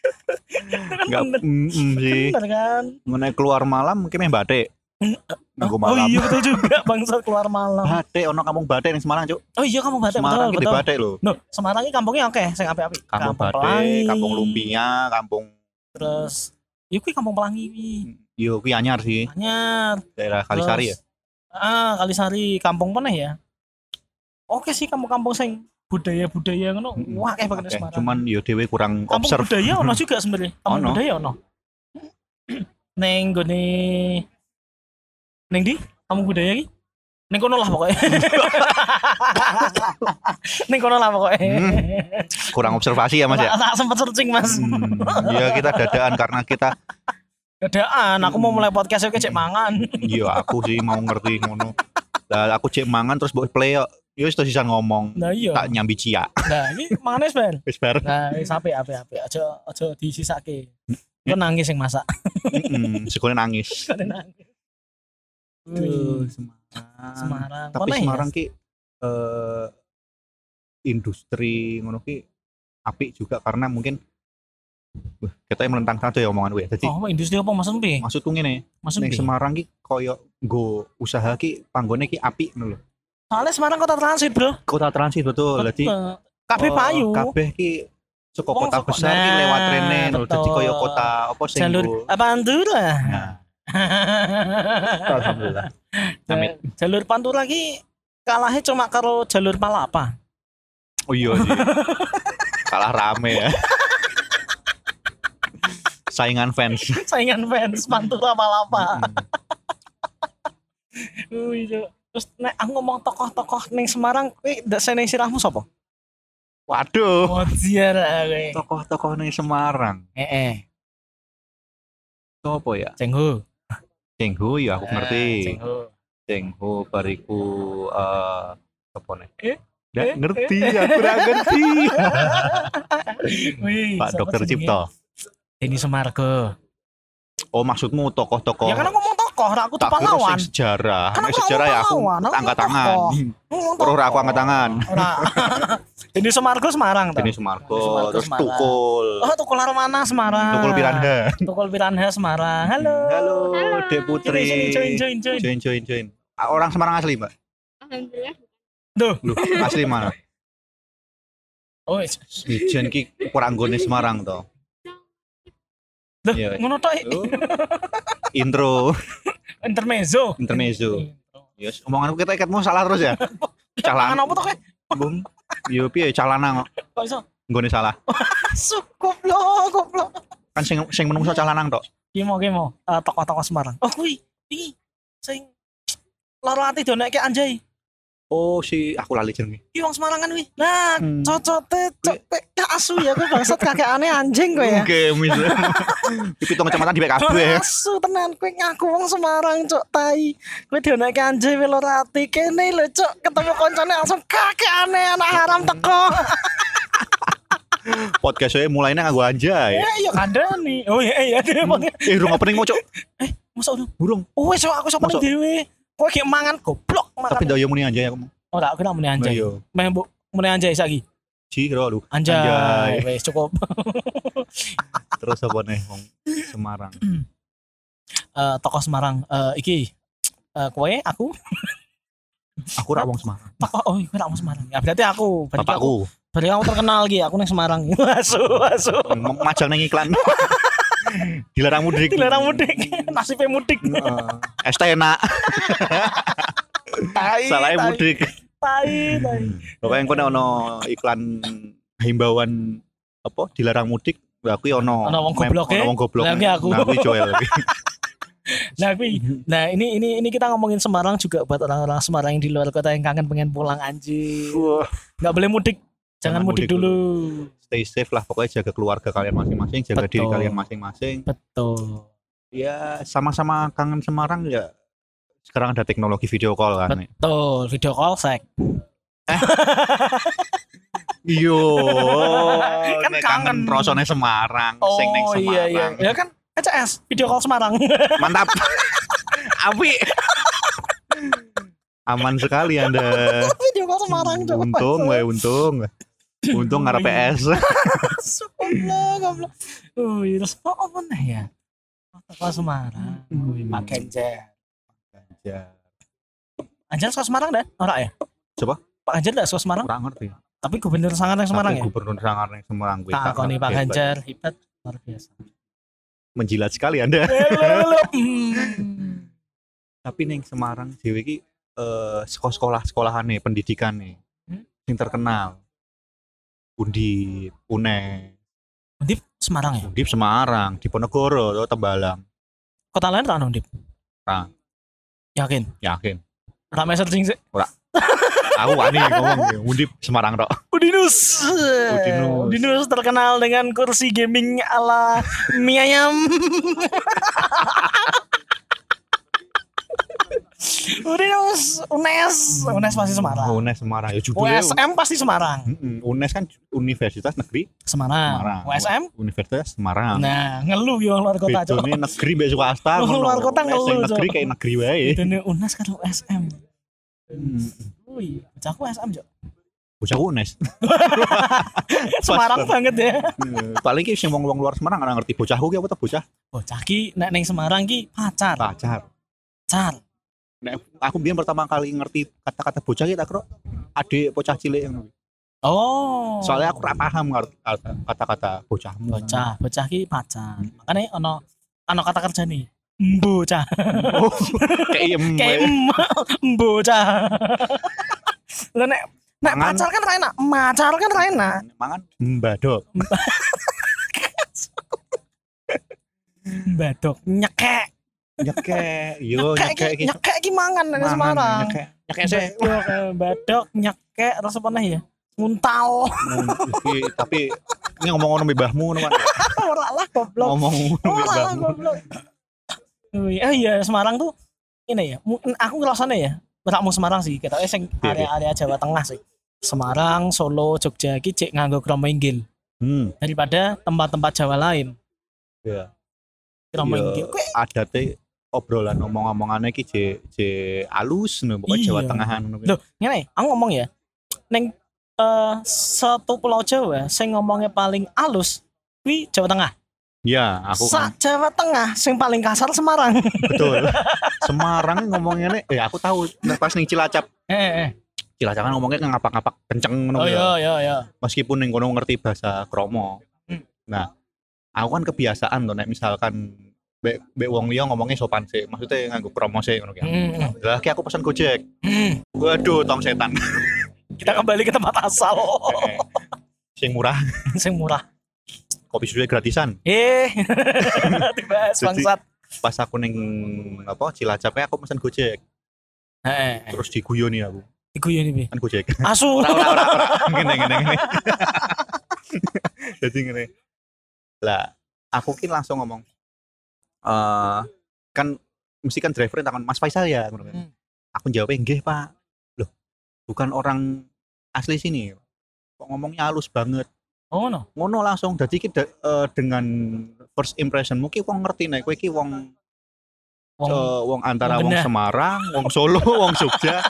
C: Itu kan
B: Enggak
C: bener,
B: mm sih.
C: bener kan
B: Mengenai keluar malam mungkin meh batik. Minggu
C: oh
B: malam.
C: iya betul juga bangsa keluar malam
B: Batik ono kampung batik ning Semarang, Cuk.
C: oh iya kamu batik
B: Semarang
C: betul
B: iki
C: betul
B: batik lho.
C: No, Semarang ini kampungnya oke, sing apik-apik.
B: Kampung batik,
C: Pelangi,
B: kampung lumpia, kampung
C: Terus ya kuwi kampung Pelangi kuwi.
B: yo kuwi anyar sih,
C: Banyak.
B: daerah Kalisari ya.
C: Terus- Ah, Kalisari, kampung mana ya? Oke sih kampung-kampung sing budaya-budaya ngono.
B: Mm-mm.
C: Wah, kayak bagian
B: Oke,
C: Semarang.
B: Cuman yo dhewe kurang
C: kampung
B: observe. Hmm.
C: budaya ono juga sebenarnya. Kampung
B: Ono.
C: budaya ono. (clears throat) Neng gone Neng di kampung budaya iki. Neng kono lah pokoknya. (laughs) Neng kono lah pokoknya.
B: Hmm. kurang observasi ya Mas
C: Tak-
B: ya.
C: tak sempet searching Mas.
B: Hmm, ya kita dadaan karena kita
C: Dadaan, aku mau
B: Hmm.
C: mulai podcast oke cek mangan.
B: yo iya, aku sih mau ngerti ngono. Lah aku cek mangan terus mbok play yo. Yo wis terusan ngomong.
C: Nah iya.
B: Tak nyambi cia. (laughs)
C: Nah, ini mangane wis ben.
B: Wis bareng.
C: Nah, wis apik apik apik. Aja aja disisake. Kok
B: Hmm.
C: nangis yang masak. (laughs)
B: Heeh, (laughs) sekone nangis.
C: Kok nangis. Duh,
B: Aduh, Semarang.
C: Semarang.
B: tapi
C: Kono ya?
B: Semarang ki eh, industri ngono ki apik juga karena mungkin Wah, kita yang melentang satu ya omongan gue. Jadi
C: Oh, industri apa Mas Empi?
B: maksudku ngene,
C: Mas
B: ning
C: Empi.
B: Semarang ki koyo nggo usaha ki panggone ki apik ngono lho.
C: Soalnya Semarang kota transit, Bro.
B: Kota transit betul. Dadi
C: Betul. Kabeh
B: eh,
C: payu.
B: Kabeh ki saka
C: Wong
B: kota
C: saka-
B: besar ki
C: Nah,
B: lewat rene lho. Dadi
C: betul.
B: koyo kota apa sing
C: Jalur
B: nggo-
C: apa Pantura?
B: Nah, alhamdulillah. Amit.
C: (laughs) Jalur Pantura ki kalahnya cuma karo jalur Palapa. (laughs)
B: Oh iya (laughs) sih. Kalah rame ya. Saingan fans. Hmm.
C: Saingan fans Pantura Palapa.
B: Mm-mm.
C: Wih, Cuk. Terus nek aku ngomong tokoh-tokoh ning Semarang, kuwi ndak seneng sirahmu sapa?
B: Waduh.
C: Wajar kowe.
B: Tokoh-tokoh ning Semarang.
C: Heeh,
B: Sopo ya?
C: Cengho.
B: Ceng Ho ya aku ngerti.
C: Cengho.
B: Ceng Ho bariku eh sopo nih?
C: Eh?
B: Nggak
C: Eh?
B: ngerti, aku nggak
C: (laughs)
B: ngerti.
C: Wih,
B: Pak
C: siapa
B: Dokter
C: jenenge?
B: Cipto.
C: Denny Sumargo.
B: Oh maksudmu tokoh-tokoh
C: Ya karena ngomong tokoh, ra aku tuh
B: tak kira
C: pahlawan.
B: sing sejarah.
C: Karena
B: Nek
C: aku
B: sejarah ya aku
C: pahlawan, aku
B: angkat
C: tokoh.
B: tangan.
C: Ngomong
B: Ora ora aku
C: tokoh.
B: angkat tangan.
C: Ora. (laughs) Denny Sumargo Semarang toh.
B: Denis Sumargo,
C: Denis Sumargo Ah.
B: terus
C: Semarang.
B: Tukul.
C: Oh, Tukul Armana Semarang.
B: Tukul Piranha.
C: Tukul Piranha Semarang. Halo.
B: Halo, Dek
C: Sini,
B: Putri.
C: sini, join, join, join.
B: join, join, join. Ah, Orang Semarang asli, Mbak?
D: Alhamdulillah.
B: Loh, asli mana?
C: Oh, wis.
B: Ijen ki kurang gone Semarang to.
C: Duh,
B: Iya, wis.
C: ngono tok eh.
B: Loh. Intro,
C: intermezzo.
B: intermezzo. Yes, omonganku kita ikatmu salah terus ya.
C: Tangan
B: Calan.
C: apa tok eh?
B: Bum. Yo piye calanang kok
C: Kok iso?
B: nggone salah.
C: Asu, goblok, goblok.
B: Kan sing sing menungso calanang tok.
C: Ki mau, ki mau. Eh, tokoh-tokoh Semarang. Oh, kuwi. Iki sing loro ati donekke anjay.
B: Oh, si aku lali jenenge.
C: Ki wong Semarang kan kuwi. Nah,
B: Hmm.
C: cocote cocok kak asu ya kowe bangsat kakek aneh anjing kowe
B: (laughs)
C: ya.
B: Oke, mis. Pitung kecamatan di ya. kabeh.
C: Asu tenan kowe ngaku wong Semarang cok tai. Kowe dionekke anjing kowe loro ati kene lho cok ketemu koncone langsung kakek aneh anak haram teko.
B: Podcast saya mulainya nganggo anjay.
C: Eh ya kandani. Oh iya iya dia
B: Eh, rung opening mau cok.
C: Masa udah.
B: Burung.
C: Oh wis aku sopan
B: Masa-
C: dhewe. Kowe ki mangan goblok Oh,
B: Tapi Iya.
C: makan.
B: ndak yo muni anjay aku.
C: Ora aku nak muni anjing.
B: Yo.
C: Meh mbok muni anjay saiki.
B: Jiro lu. Anjay.
C: Anjay, wes cukup.
B: Terus apa nih wong Semarang?
C: Eh, tokoh Semarang eh iki eh kowe aku
B: Aku ra wong Semarang.
C: tokoh oh iku orang Semarang. Ya berarti aku, berarti aku,
B: Bapakku
C: berarti aku terkenal iki, ya, aku nang Semarang. (laughs) Asu, asu.
B: M- majal nang iklan. (laughs) Dilarang mudik.
C: Dilarang mudik,
B: (laughs)
C: nasibnya mudik.
A: Heeh.
B: Es teh enak,
C: Tai,
B: salahnya
C: tai,
B: mudik.
C: Tai, tai.
B: Pokoknya engko nek ono iklan himbauan apa dilarang mudik, ya aku ono.
C: Ono wong
B: mem-
C: gobloke.
B: Ono wong goblok.
C: Lah, iki aku.
B: Nah, aku Joel.
C: Nah, kui-
B: Mhm.
C: nah ini ini ini kita ngomongin Semarang juga buat orang-orang Semarang yang di luar kota yang kangen pengen pulang anjir.
B: Wah.
C: Nggak boleh mudik. Jangan,
B: Jangan
C: mudik,
B: mudik
C: dulu.
B: Stay safe lah pokoknya jaga keluarga kalian masing-masing, jaga diri
C: Betul.
B: kalian masing-masing.
C: Betul.
B: Ya sama-sama kangen Semarang ya. Sekarang ada teknologi video call kan.
C: Betul, video call sek.
B: Iyo,
C: Kan
B: (laughs) kan
C: kangen.
B: kangen Oh, rosone Semarang, sing ning
C: iya
B: Semarang. Eh.
C: iya. Ya kan ECS, video call Semarang.
B: Mantap. (laughs) Api. Aman sekali Anda.
C: (laughs) video call Semarang Cok.
B: Untung, wae untung. Untung ngarep PS.
C: Subhanallah, goblok. Oh, iya, terus oh, apa nih ya? Video call Semarang. Wih, Pak Ganjar. Anjar suka Semarang dah? Ora ya?
B: Coba.
C: Pak Ganjar enggak suka Semarang?
B: Kurang ngerti.
C: Tapi gubernur sangat yang Semarang
B: Tapi
C: ya?
B: Gubernur Sangar yang Semarang kuwi.
C: Tak koni Pak
B: Hebat.
C: Ganjar hebat luar biasa.
B: Menjilat sekali Anda.
C: Hmm.
B: Tapi ning Semarang dhewe iki eh sekolah-sekolahane pendidikan
C: Hmm?
B: sing terkenal. Undip, Unes,
C: Undip Semarang ya?
B: Undip Semarang, Diponegoro, atau Tembalang.
C: Kota lain tak ada Undip?
B: Ra.
C: Yakin?
B: Yakin.
C: Ramai searching sih.
B: Aku wani ngomong Undip Semarang tok.
C: Udinus.
B: Udinus.
C: Udinus terkenal dengan kursi gaming ala mie ayam. (laughs) Udinus, UNES, UNES pasti Semarang. E
B: Unes Semarang ya juga.
C: USM pasti Semarang.
B: Unes kan Universitas Negeri
C: Semarang.
B: Semarang.
C: USM?
B: Universitas Semarang.
C: Nah, ngeluh yo luar kota aja.
B: Bedone negeri mbek swasta
C: Lu luar kota
B: Nek E sing
C: ngeluh,
B: negeri
C: Cok. Iya.
B: kayak negeri wae.
C: Bedone UNES kan karo USM.
B: Hmm.
C: Wih, bocahku USM, Jok.
B: Bocah
C: (laughs)
B: UNES.
C: Semarang banget ya.
B: Hmm. Paling ki sing wong-wong luar Semarang ora ngerti bocahku ki apa ta bocah
C: Bocah ki nek ning Semarang ki pacar.
B: pacar.
C: Pacar.
B: Nek aku biyen pertama kali ngerti kata-kata bocah ki tak kira adik bocah cilik ngono.
C: Oh.
B: Soalnya aku ora paham ngerti kata- kata-kata bocahmu.
C: bocah bocah ki pacar makanya ono ono kata kerja nih bocah
B: Oh, (laughs) kayak em,
C: kayak em (laughs) bocah lo nek nek
B: Mangan.
C: pacar kan Raina pacar kan Raina
B: mangan mbadok.
C: badok nyekek
B: Nyekek, yo
C: nyekek
B: nyekek
C: ki nyekek ki mangan nek
B: Mangan,
C: Semarang
B: Nyekek. Nyekek sih.
C: badok eh, badok nyekek terus apa nih ya nguntal (laughs)
B: Iki, tapi ini ngomong ngono mbek mbahmu ngono Mas.
C: ora lah goblok
B: Ngomong ngono mbek
C: ora lah
B: mbahmu.
C: goblok Ui, eh iya Semarang tuh ini ya mu- aku ngerasanya ya berak mau Semarang sih kita sing
B: Iya, iya.
C: area-area Jawa Tengah sih Semarang Solo Jogja iki cek nganggo kromo inggil
B: Hmm.
C: daripada tempat-tempat Jawa lain
B: Iya.
C: kromo
B: Iya.
C: inggil Kuwi-
B: adate obrolan omong-omongannya ki je je alus no pokoknya
C: Iya.
B: Jawa Tengahan no.
C: Loh, ngene aku ngomong ya neng eh, satu pulau Jawa sing ngomongnya paling alus kuwi Jawa Tengah
B: Ya, aku
C: Sa Jawa Tengah sing paling kasar
B: (laughs)
C: Semarang (laughs)
B: betul. Semarang ngomongnya nih, eh aku tahu Nah, pas nih Cilacap.
C: eh, eh.
B: Cilacap kan ngomongnya ngapak-ngapak kenceng no.
C: oh
B: ya.
C: iya iya iya
B: Meskipun ning kono ngerti bahasa kromo.
C: Hmm.
B: Nah, aku kan kebiasaan tuh nek misalkan be, be wong liya ngomongnya sopan sih, maksudnya nganggo kromo sih ngono ki.
C: Hmm.
B: Lah ki aku pesan Gojek.
C: Hmm.
B: Waduh, tong setan. (laughs)
C: kita kembali ke tempat asal
B: Eh, eh. Sing murah,
C: (laughs) sing murah
B: kopi sudah gratisan. (laughs)
C: Eh, dibahas
B: Jadi-
C: bangsat.
B: Pas aku neng apa Cilacap kayak aku pesan Gojek.
C: Eh. Heeh.
B: terus diguyoni aku
C: Iku yo nih.
B: kan gojek
C: Asu.
B: ora ora ora ngene ngene ngene (laughs) jadi ngene lah aku kin langsung ngomong eh kan mesti kan driver takon Mas Faisal ya Ngono kan.
C: Hmm.
B: aku jawabnya nggih Pak loh bukan orang asli sini kok ngomongnya halus banget
C: (laughs) Oh no.
B: ngono langsung dadi ki de- eh, dengan first impression mungkin wong ngerti nek kowe ki wong
C: Wong
B: Eh, wong antara
C: wong
B: wong,
C: Benda.
B: Semarang, (laughs) wong Solo, wong Jogja.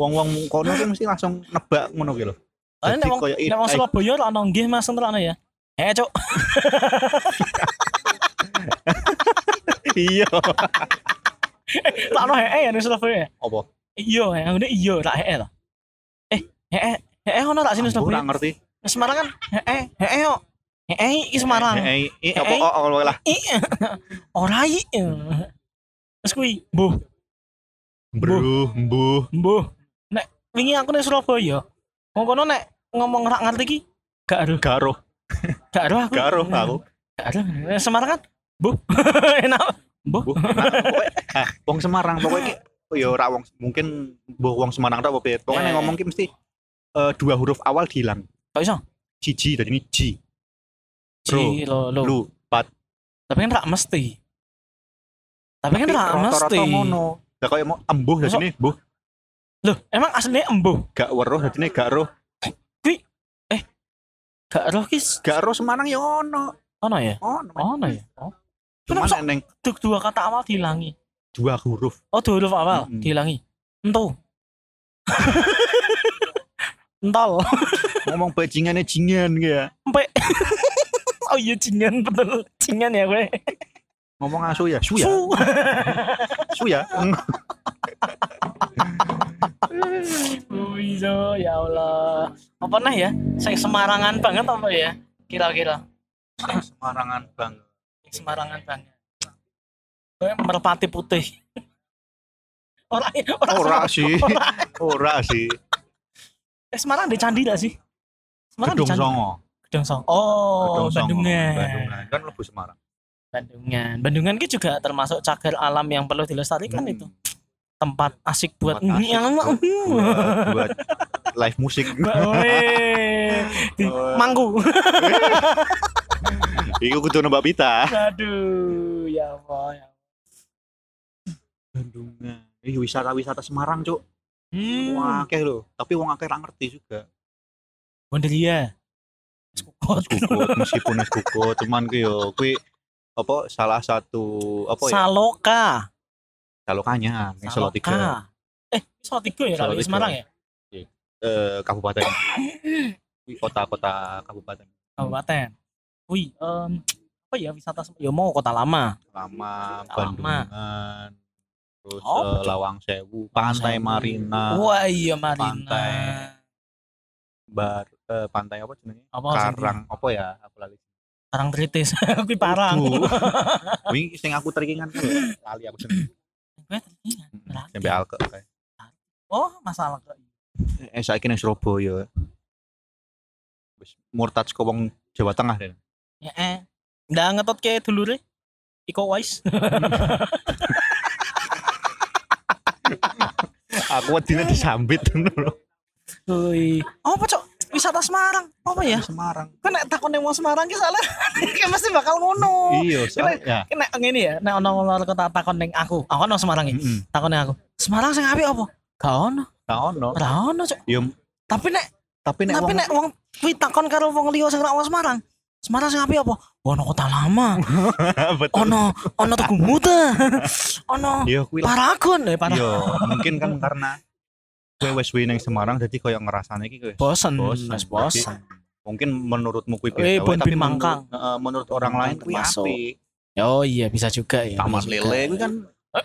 B: Wong-wong kono kan mesti langsung nebak ngono ki lho.
C: Soalnya
B: Jadi
C: nek wong
B: koyo
C: nek wong
B: ini-
C: Surabaya ora ono nggih Mas enterane ya. Eh, (laughs) Cuk.
B: iya
C: Tak ono he'e ya ning Surabaya. ya?
B: apa
C: Iya, ya, ngene iya tak he'e ta. Eh, he'e he'e ono tak sini ya.
B: aku
C: Surabaya.
B: nggak ngerti
C: Nek Semarang kan he'e he'e yo. He'e iki Semarang.
B: eh eh, eh,
C: Eh,
B: apa
C: eh.
B: oh oh, lah
C: I ora i. Wes kuwi, mbuh,
B: bro mbuh
C: mbuh. Nek wingi aku ning Surabaya, wong kono nek ngomong rak ngerti iki gak aruh,
B: garuh
C: gak aruh aku.
B: garuh aku
C: Gak aruh. Nek Semarang kan, mbuh. (laughs) Enak. (laughs) Mbuh.
B: Mbuh. Nah, pokoknya- ah, wong Semarang pokoknya ki- oh ya ora wong mungkin mbuh wong Semarang tok apa bet pokoknya
C: Eh.
B: nek ngomong ki mesti eh, dua huruf awal dihilang
C: Kok iso?
B: jiji dari ini ji Bro,
C: Ci lo lo.
B: lu pat
C: Tapi kan rak mesti. Tapi kan rak mesti.
B: ngono lah kaya mau embuh dari
C: Masa-
B: sini mbuh
C: Loh, emang aslinya embuh.
B: gak weruh dari sini gak roh
C: Gak roh kis.
B: gak roh Semarang ya ono
C: Ono ya?
B: ono
C: Ono ya. Oh.
B: cuman
C: Kenapa?
B: neng
C: Duk- Dua kata awal dihilangi.
B: dua huruf
C: Oh, dua huruf awal
B: Mm-mm.
C: dihilangi. Entu. (laughs) Entol.
B: ngomong bajingannya jingan ya
C: Empe. (laughs) oh iya jingan betul. Jingan ya gue.
B: ngomong asu ya su ya
C: Su.
B: su
C: (laughs)
B: ya
C: Wih, so, ya Allah. Apa nah ya? Sing Semarangan banget apa ya? Kira-kira.
B: Semarangan bang
C: Semarangan banget. Kayak merpati putih. (laughs) Orang (laughs) orang
B: ora sih
C: Ora.
B: ora sih
C: Eh, Semarang ada candi gak sih? Semarang
B: gedung
C: ada candi.
B: songo
C: Gedung Songo. Oh,
B: Gedung Songo,
C: Bandungan.
B: Bandungan kan lebih Semarang.
C: Bandungan. Bandungan ki juga termasuk cagar alam yang perlu dilestarikan
B: Hmm.
C: kan itu. Tempat asik buat
B: Tempat asik
C: Yang- (laughs)
B: buat- Buat, buat live musik.
C: Mbak,
B: (laughs)
C: weh. Di
B: Oh.
C: mangku. (laughs)
B: Iku kudu nembak pita.
C: Aduh, ya Allah. Ya. Allah.
B: Bandungan. Ini wisata-wisata Semarang, Cuk.
C: Hmm.
B: Wah, akeh lho. Tapi wong akeh ra ngerti juga. Hmm.
C: Bondelia. Skokot.
B: Kukut, meskipun es kukut, cuman ku yo kuwi apa salah satu apa ya?
C: Saloka.
B: Salokanya, ini Selotiga,
C: Saloka. Eh, Salatiga ya kalau di
B: Salatiga.
C: Semarang ya?
B: eh, kabupaten. Kuwi Kota-kota kabupaten
C: Kabupaten. Wih, em, apa ya wisata Sem- ya mau kota lama.
B: lama,
C: Lama.
B: Bandungan, terus
C: Oh,
B: eh, Lawang Sewu, Pantai
C: Sewu.
B: Marina,
C: Wah, iya Marina.
B: Ah, Pantai. bar eh, pantai apa jenenge?
C: Apa
B: Karang apa ya? Aku lali.
C: Karang Tritis. (laughs) Kuwi parang. (laughs)
B: Aduh. Wingi sing aku teringan kan ya, lali aku
C: (laughs)
B: jenenge.
C: Gue teringat, berarti.
B: Sampai alke. kayak.
C: iya. Oh, masalah kok.
B: Eh saiki nang Surabaya. Wis murtad saka wong Jawa Tengah deh.
C: Ya eh. Ndak ngetot ke dulure. Iko Wise.
B: Aku wedine disambit (laughs) ngono lho.
C: (laughs) Woi. Oh, apa cok? Wisata Semarang. Apa ya?
B: Semarang.
C: Kan nek takone wong Semarang ki salah. (laughs) Kayak mesti bakal ngono.
B: Iya,
C: Kira-
B: soalnya- ya.
C: Kan nek ngene ya, nek ono wong luar kota takon ning aku. Aku kan wong Semarang iki.
B: Heeh.
C: Takon ning aku. Semarang sing apik apa? Gak ono.
B: Nah, ono.
C: Ora ono cok.
B: Yo
C: Tapi nek
B: tapi nek
C: tapi
B: wong
C: nek wong kuwi takon karo wong liya sing ora wong Semarang. Semarang sing apik apa? Ono kota lama.
B: (laughs) betul.
C: Ono ono Tugu
B: (laughs)
C: Muda. Ono
B: Yo iya, kuwi lah.
C: Paragon eh Paragon.
B: Yo, mungkin kan karena kowe wis suwe nang Semarang jadi koyo ngrasane iki kowe
C: Bosen,
B: Bosen.
C: wis bosen.
B: Hmm, mungkin menurutmu
C: Eh,
B: kuwi biasa wae,
C: Bon Bin
B: menurut-
C: Mangkang.
B: eh, menurut orang lain kuwi
C: Termasuk.
B: apik.
C: Oh iya bisa juga ya.
B: Taman Lele kuwi
C: (laughs)
B: kan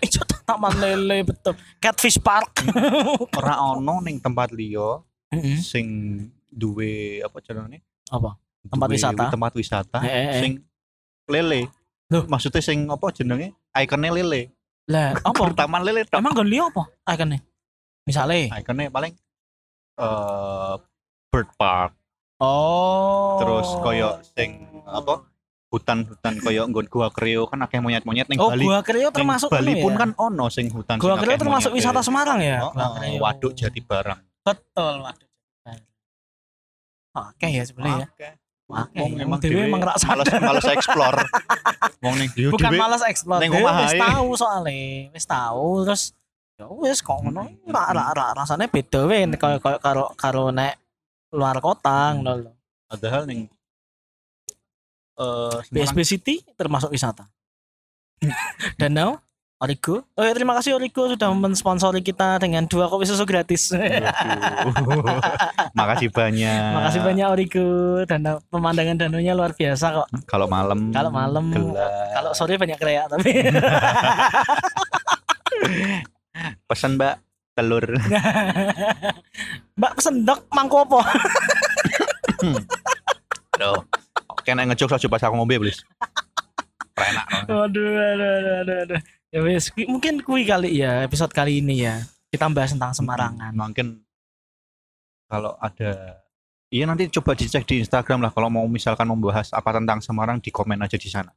C: Eh, itu Taman Lele betul. Catfish Park.
B: ora ono ning tempat liya
C: Mm-mm.
B: sing duwe apa jenenge?
C: Hmm? Apa? Tempat
B: Duwe
C: wisata?
B: Tempat wisata
C: Eh, eh, eh.
B: sing lele.
C: Loh.
B: maksudnya sing apa jenenge? Ikonnya lele.
C: Lah, apa?
B: Kur Taman lele tok.
C: Emang gue apa? Ikonnya. Misalnya.
B: Ikonnya paling eh bird park,
C: Oh.
B: terus koyo sing apa? hutan-hutan koyo nggon gua kreo kan akeh monyet-monyet ning
C: Oh,
B: Bali.
C: Gua Kreo
B: Ning
C: termasuk
B: Bali
C: ini
B: pun
C: ya?
B: kan ono sing hutan
C: Gua
B: sing
C: Kreo
B: akeh
C: termasuk
B: monyete.
C: wisata Semarang ya.
B: Oh,
C: Gua
B: oh,
C: Kreo.
B: waduk jadi barang.
C: Betul, waduk. Jati Barang. Oke ya sebenarnya ya. Oke.
B: Wong
C: Emang
B: emang
C: dewe
B: dhewe
C: emang rak
B: males
C: sadar.
B: males explore.
C: (laughs)
B: Wong ning dhewe
C: Bukan
B: dhewe
C: malas explore.
B: neng
C: Dewe
B: omahe.
C: Wis tahu soalnya, wis tahu terus ya wis kok ngono
B: Hmm.
C: ra ra ra rasane beda we
B: Hmm.
C: kaya kaya karo karo nek luar kota ngono lho.
B: padahal ning eh Semarang (laughs)
C: BSB City termasuk wisata. Danau Origo. Oh ya, terima kasih Origo sudah mensponsori kita dengan dua kopi susu gratis.
B: Iya. Waduh. (laughs) Makasih banyak.
C: Makasih banyak Origo. Dan pemandangan danaunya luar biasa kok.
B: Kalau malam.
C: Kalau malam,
B: gelap.
C: Kalau sore banyak kreak tapi (laughs)
B: pesan Mbak
C: (laughs)
B: telur.
C: Mbak pesen dok mangko apa?
B: Aduh. Kena ngejok soal coba aku ngombe, please. Enak. no.
C: Waduh, aduh, aduh, aduh, aduh. Ya wes, kui- mungkin kui kali ya episode kali ini ya. Kita bahas tentang
B: Hmm.
C: Semarangan.
B: Mungkin kalau ada Iya nanti coba dicek di Instagram lah kalau mau misalkan membahas apa tentang Semarang di komen aja di sana.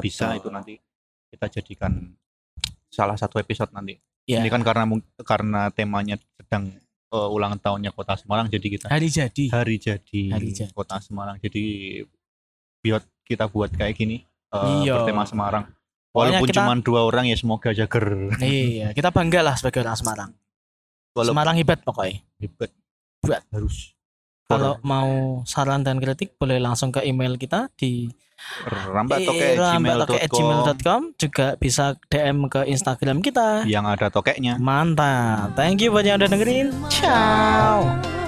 B: Bisa itu nanti kita jadikan salah satu episode nanti.
C: Ya.
B: Ini kan karena mung- karena temanya sedang eh, ulang tahunnya Kota Semarang jadi kita
C: Hari jadi.
B: hari jadi,
C: Iya. Hari jadi.
B: Kota Semarang. Jadi buat kita buat kayak gini eh,
C: Iya.
B: bertema Semarang.
C: Pokoknya
B: Walaupun
C: kita-
B: cuma dua orang ya semoga jager.
C: Iya, kita bangga lah sebagai orang Semarang.
B: Walaupun
C: Semarang hebat pokoknya.
B: ribet.
C: Buat.
B: harus
C: Kalau mau saran dan kritik boleh langsung ke email kita di
B: rambatok@gmail.com
C: rambatok@gmail.com. juga bisa DM ke Instagram kita.
B: yang ada tokeknya.
C: Mantap. Thank you buat yang udah dengerin. Ciao.
D: Ciao.